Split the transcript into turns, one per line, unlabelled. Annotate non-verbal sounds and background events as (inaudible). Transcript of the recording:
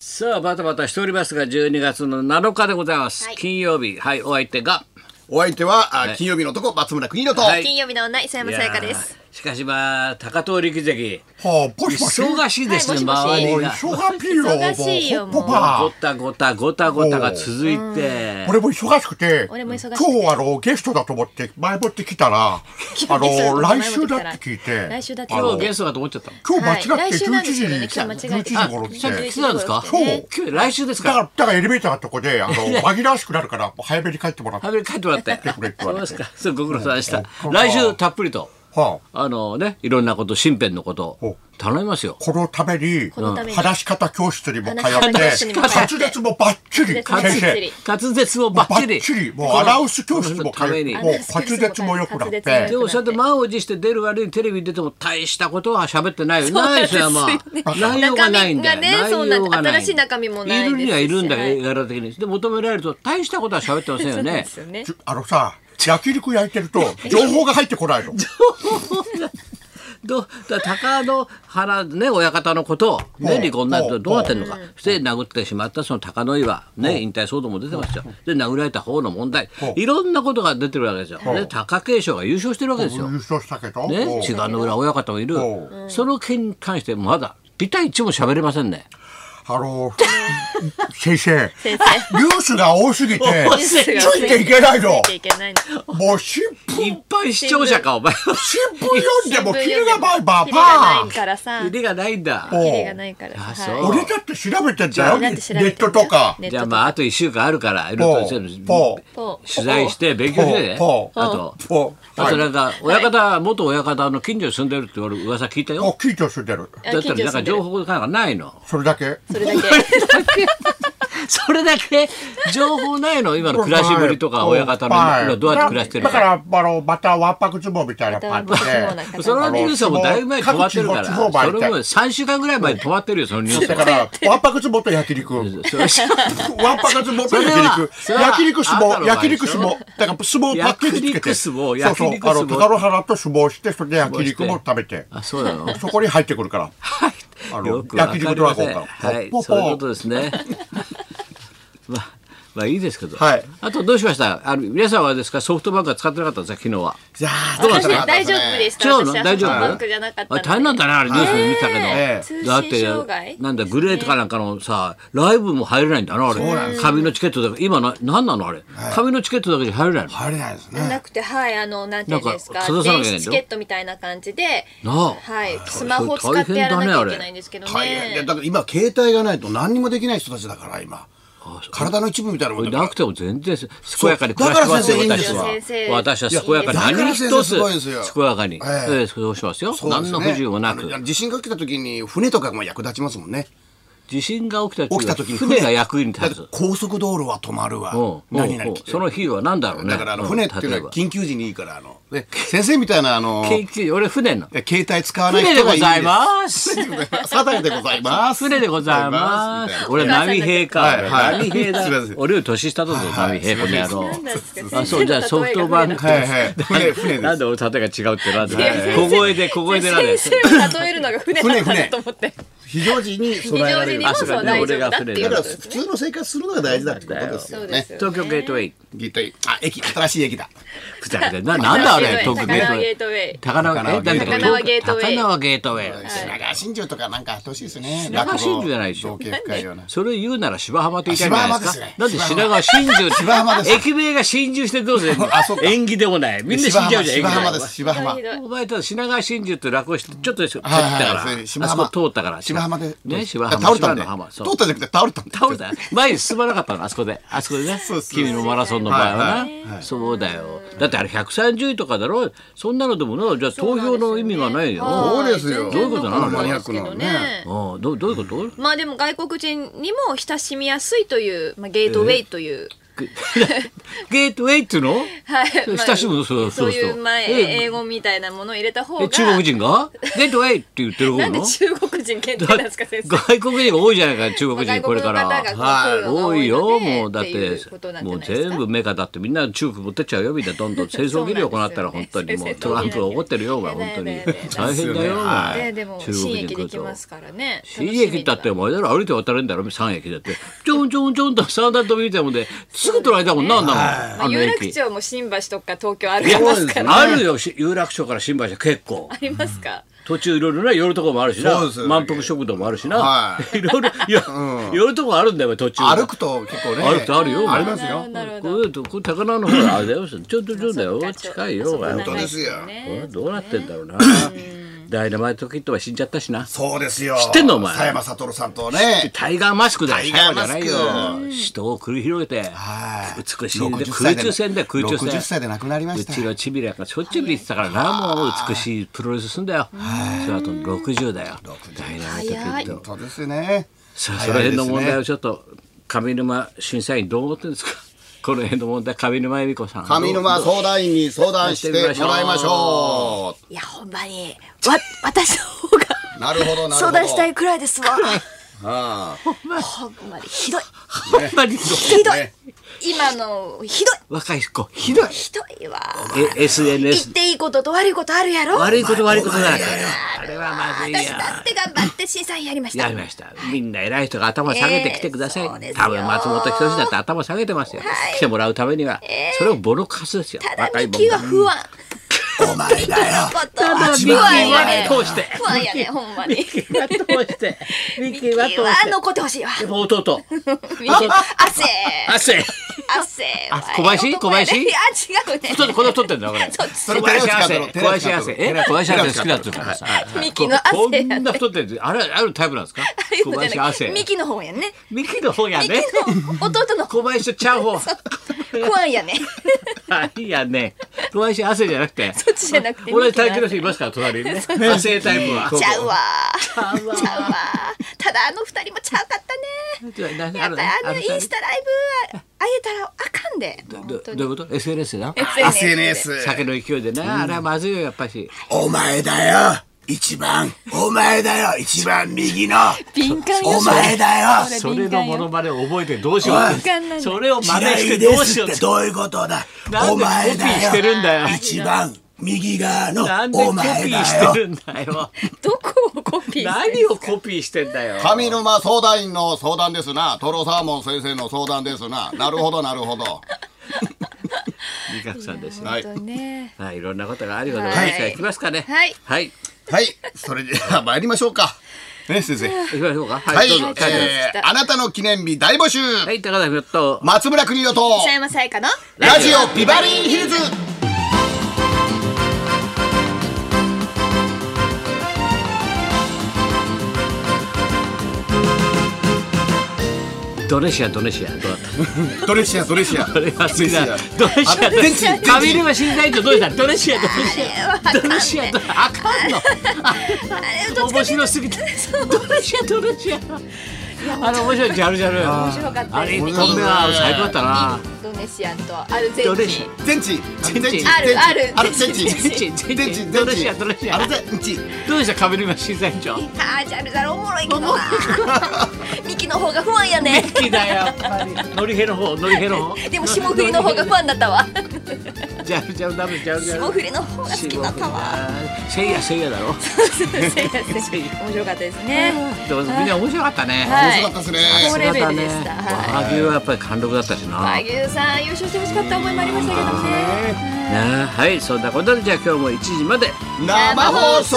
さあバタバタしておりますが12月の7日でございます、
はい
金曜日はいお相手が
お相手は、あ金曜日の男松村邦洋と、
はい
金曜日の女磯山さやかで
い
す
やーしかしまあ高遠力関
はあ、ポシポシ。
忙しいですね、
はい
周
もしもし
りが
忙しいよ。
忙しいよ
もう
もう
ポッポ
ご
パ
たごたごたごたが続いて
ー。俺も忙しくて、
俺も忙しくて
今日あのゲストだと思って前もって来た
(laughs)
ら、あの来週だって聞いて、
来週だって
あ
今
の
日ゲストだと思っちゃったの
今日間違って
はい来週な
11
んです
時
よ
に、
ね
11時
今
あ
日
頃っ
間違え
て。だ
さっき
て
来てたんですか
そう
今日来週です
か
から
だからエレベーターのとこであの紛らわしくなるから早めに帰ってもらって。
早めに帰ってもらって
てくれって言
そ
わ
うで
れて
すかそうご苦労様でした
うん
来週たっぷりと
はあ、
あのねいろんなこと身辺のこと
ほう
頼みますよ
このために
このために
話し方教室にも通って
話し方教室にも通っ
滑舌も
て
バッチリ
滑
先
舌
生。
滑舌をバ
バ
ッチ
ッ
リ
チリ、もうアナウンス教室
の
も
た
変
め
え
に
もう滑舌も良くなっ
で
て。
もそうやって満を持して出る割にテレビに出ても大したことは喋ってないよ。ないですよ、まあ。
(laughs)
内容がないんだよ。
中身がね
内容が
そうなん
ない
新しい中身もない
い
ですし
るにはいるんだ
は
よ、
い
絵柄的に。で、求められると大したことは喋ってませんよね。
(laughs) そうですよね
ちょあのさ、焼肉焼いてると、情報が入ってこないの。
どうだ高野原ね親方のことを、ね、
うん
離婚になる
う
と
ん
どうなってんのかそして殴ってしまったその高野岩、ね、引退騒動も出てますよで殴られた方の問題
うん
いろんなことが出てるわけですよ。で貴景勝が優勝してるわけです
優
よ。
勝したけど。も
ね、
う
違うの裏親方もいる
う
その件に関してまだピタ一も喋れませんね。
あの、先生、
先
ニュースが多すぎて、
多
生
ついていけないの
つい。ていけないの
もう新聞、
いっぱい視聴者かお前は。
新聞読んでも、キリがない、ば
キリが
ば
ないからさ
腕がないんだ。
お
キリがないから
あ
はい
そう
俺だって調べてんだよ。
だ
ネ
って調べて
ットとか。
ネッ
じ
ト
ゃあ
と
まあ
か
あと1週間あるからいろいろと全部
ほう
ほう
取材して勉強してね。
ほう
あと
お、
あ
は
と
い
なんか親方元親方の近所に住んでるって俺噂聞いた
お
よ。
緊張してる。
あ
だったら
近
な
所
んか
住んでる
情報なんかないの。
それだけ。
それだけ
(laughs) それだけ (laughs) 情報ないの今の暮らしぶりとか親方の
(laughs) はい
今どうやって暮らしてる
だ
の
か。らあのまたわんぱく相撲みたいな感じ
またわんぱく相撲な
で
感
そのニュースはもうだいぶ前に止まってるから、
あの各地方
そ
各地
れ
方
も3週間ぐらい前に止まってるよ、そのニュース
だ
は
か。らわんぱく相撲と焼肉わん
それ
ぱく相撲と
それは
焼
そ
肉
れは
焼肉相
あなたの
撲
場合
焼肉相撲だから相撲パッケージつけて
焼肉相撲
そうそう
焼肉相撲
あの高野原と相撲してそれで焼肉も食べて
あ、そうなの。
そこに入ってくるからあ
(laughs) よ
の
くわか
焼
り
肉ド
ま
ラ
せ
ゴン
ん。
から
はい、
ポッポ
そういうことですね。 (laughs) まあ、まあいいですけど。
はい
あとどうしましたあの、皆さんはあれですか、ソフトバンクは使ってなかったんですか、昨日は。
いやー
どうだっ
私
た
大丈夫でし
違
た
うの
私は
大丈夫
ソフトバンクじゃなかった
あ大変なんだね、あれニュースで見たけど。
え
え
だっ
通信障
て
害
なんだグレーとかなんかのさライブも入れないんだなあれ紙のチケットだけ今な何なのあれ紙のチケットだけじゃ入れないの
入れないですね
なくてはいあのなんていうんです
なんか
か
かざさなきゃいけ
電
ないんだよ
子チケットみたいな感じで
なあ
はい
そ
ス
れ
マホ使ってやらなきゃいけないんですけど
大変だよ
ね
だから今携帯がないと何にもできない人たちだから今体の一部みたいなもんだから
なくても全然健やかに暮らしてますよ
そうだから
私
先生
はい
いんですよ
私は健やかに
いやだから
何
先
一
生すごいんですよ
つ健やかに、え
ええ
えそうしますよ
そうで
何
すね
の不自由もな
あの
く
地震が起きた時に船とかも役立ちますもんね
地震が起きた時
起きた
は
時に
船が役に立
だっ
つ
て高速道路は止まるわ
うんう
何
ん
々来て
その日は何だろうね
だからあの
うん
船ってい
例え
うの
ば
は緊急時にいいからあのね先生みたいなあの
研究俺船の
携帯使わない
船で
人
ご
がいい
ざい
す
ます
サザエでございます
船でございます俺波平か、
はいは
波
い
平だ
すいません
俺より年下だぞ、波平この野
なんだ
郎
っけ先生の
あそうじゃあソフトバンク
はいはい船船で
なん
す
で俺縦が違うってなんで
や
小声で小声でなんで
先生を例えるのが船だったなと思って
非常時に
非
備
常時に
えられる
も
あ
そ
そううだね
大
俺
丈
が
夫だって
船
い
だ
う
だ
こ
から
とです
普通の生活するのが大事だってことです
そ
よ
うで
ね
すよ
東京ゲートウェイ
ギットインあ駅新しい駅だ
ふざけてんななんだあれ
高
東京ゲート
輪
ウ
ゲ
ェイ
ートウェイ
高輪
高輪
え
ゲートウェイ
高輪
高輪ゲートウェイ
高輪ゲートウェイ
品川真珠とかなんかやってほしいですね。
品川真珠じゃないでしょ
造形深いような。
それを言うなら芝浜と言いたいんじゃないですか
あ芝浜ですね
なんで品川真珠
芝浜です
駅名が真珠してどうするの
(laughs) あそうか
縁起でもないみんな死んじゃうじゃん縁
芝
起
浜
もない
です。芝浜
ひ。どい
お前ただ品川真珠って落語してちょっとですよ、
はいはい
帰ったか
それ
ら
で芝
あそ
浜
こ通ったから
芝浜で。
ね芝浜
倒れ
芝
たんで。
の浜
通
そ
っ
う
たじゃなくて倒れたんで。
倒れた前に進まなかったのあそこであそこでね
(laughs) うそう
君のマラソンの場合はな、
はい
そうだよだってあれ130位とかだろそんなのでもなじゃあ投票の意味がないよ
そうですよ
どういうことなの
マニアックなね
うんどどういうこと
まあでも外国人にも親しみやすいという、まあ、ゲートウェイという
ゲートウェイっていうの
はい、
親しむのそう
そ
そうう
い
そうう。
前
え
英語みたいなものを入れた方が
え中国人がゲートウェイって言ってる方
なんで
の
中国人限定なんですか先生
外国人が多いじゃないか中国人これから。
まあ外国の方がこう来るのが
多
多い
いよもう
の
だっ
でってい
て
うことなんじ
も
ゃ
う
ないですか
全部メカだってみんな中国持ってっちゃうよみたいなどんどん戦争切るよ
(laughs) そ
こ
う
うな
な
んっ
です
た
よ
ら本当にもうトラ
ね戦争
ンプ怒ってるよお前
やだ
本
や
当
だ
に
やだやだ
大変だよお
は
前
ででも
中国
新
人
駅
来
で
る
き
と
ますからね
新駅だってお前だら歩いて渡れんだろ3駅だってちょんちょんちょんと三段跳びみたいなもんですぐ取られたもんなあんなもん
ま
あ
あ
の
有楽
駅。
町も新橋とか東京あ
い
り
や
ますからね
あるよし有楽町から新橋は結構
あ。りますか
途中いろいろな寄るとこもあるしな
そうですよ
満腹食堂もあるしな、、
は
(laughs)
い
ろいろよ寄るとこあるんだよお前途中
歩くと結構ね
歩くとあるよ
あります
なるほ
よ
どなるほど
こういうとこ高菜の方があれだよちょっとちょっとだ
そ
よ
っか
近いよお前
そっか
本当ですよ
こ
ね
れどうなってんだろうなダイナマイトキットは死んじゃったしな
そうですよ
知ってんのお前
佐山悟さんとね
タイガーマスクだよ
タイガーマスク
シャワじゃないよ人を繰り広げて
はい
美しいね
60歳
空
で
中戦だよ空中戦
60歳で亡くなりました
うちのちびらがしょっちゅう見てたからなもう美しいプロレスすんだよその後の60だよダイナマイトキ
早
ッ
い
ト
本当ですね
さあその辺の問題
早い
を
ですね
ちょっと上沼審査員どう思ってるんですか (laughs) この辺の問題上沼恵美子さん
上沼
どう
相談員に相談してもらいましょ
いやほんまにわ私の方が
うなるほどなるほど
相談したいくらいで
(laughs)
すわ
あ
ほんまにひどい
ほんまに
ひどい
ね
今のひどい
若い子ひどい
ひどいわ
え
言っ
SNS
ていいことと悪いことあるやろ
悪いこと悪いことだらけあれはまずいよ
私だって頑張って審査員やりました
やりましたみんな偉い人が頭下げてきてください、
ええそうですよ
多分松本人志だって頭下げてますよ、来てもらうためには、それをボロカスですよ
ただ
い
ミキは不安
あお前だよ
こと
ただミキ
不安やね
は通して
不安やねほんまに
ミキは通してミキは通して
は残ってほしいわ
やっぱ弟
ミキ汗
汗
汗は
あ小林
ええ男
小林
やねいや違うね
ちょっとこの撮ってんだよこれ。 (laughs)
そっ
小
ち
林汗、小林汗、え、小林汗好きだって言うからさ。
ミキの汗
こんな太ってて、あれ、あるタイプなんですか。小林汗。
ミキの方やね
ミキの方や
ミキ
ね。
の弟の
小林とちゃう
(laughs)
方。
不
(laughs)
安やね
はいやね。小林汗じゃなくて。
そっちじゃなくて
俺
ミキの
体型の人いますから、隣にね。汗タイプは。
ちゃうわちゃうわただあの二人もちゃうかったねやっぱりあのインスタライブはあえたらあかんで
どどういうこと ?SNS な
SNS
酒の勢いでね、あれはまずいよ、やっぱし。
お前だよ一番お前だよ一番右の
敏感よ
お前だよ
それのモノマネを覚えてどうしよ
おい
う。それを真似してど
で
うし
す
よ
っ
う
て。どういうことだ
なん
お
でコ
前
ピーし
だ
て
よ
るんだよ。
一番右側の
なんで
お
コピ
前
ー
だ
し
よ
てるんだよ。
どこをコピーして
何をコピーしてんだよ。
上沼相談員の相談ですなトロサーモン先生の相談ですななるほどなるほど
味覚さんですよ。
はい
本当ね
はい、いろんなことがあるようでござ
はいい
ますが。いきますかね。
はい
はい、
はいそれでは参りましょうかね先生
行きましょうか。は、
はいい、
どうぞ。
は
はい
い
えーあなたの記念日大募集、
はい、高田ひろと。
松村邦洋と
北山さやかの
ラジオビバリーヒルズ
ドネシア、ドネシア。どうだった
ドレッシアドレッシア
これは次だ。ドネシア、
あ
ドネシア。
全然
上沼新隊長どうしたドネシア、ドネ
あ
シ
れ
ア。
は
ドネシア、ドネシア。あかんの。
あれどっちか
面白すぎて。ドネシア、ドネシア。あの面白いジャルジャル。
面白かった
あれ
です
一本目は最高だったな。
ドネシアンとアルゼ
ド
ンチ
ネシ
ン
全治
全治
あるある
ある全治
全治全治
全治
ドレシアドレシア
あれ全治
ア。どうでした上沼新隊長。
あージャルジャルおもろいけどなミキの方が不安やね
好きだよやっぱり。ノリヘの方、ノリヘの方。
でも霜降りの方が不安だったわ
じゃあじゃあダメじゃあじゃあ。
霜降りの方が好きだったわ
せいやせいやだろ。
せいやせいや (laughs) 面白かったですね
でもみんな面白かったね。
はい
面白かったですね
高レベルで
さ
し
す
た
がだね
は
和牛はやっぱり貫禄だったしな。
和
ね
牛さん優勝してほしかった思いもありましたけどね
はい、そんなことでじゃあ今日も1時まで。
生放送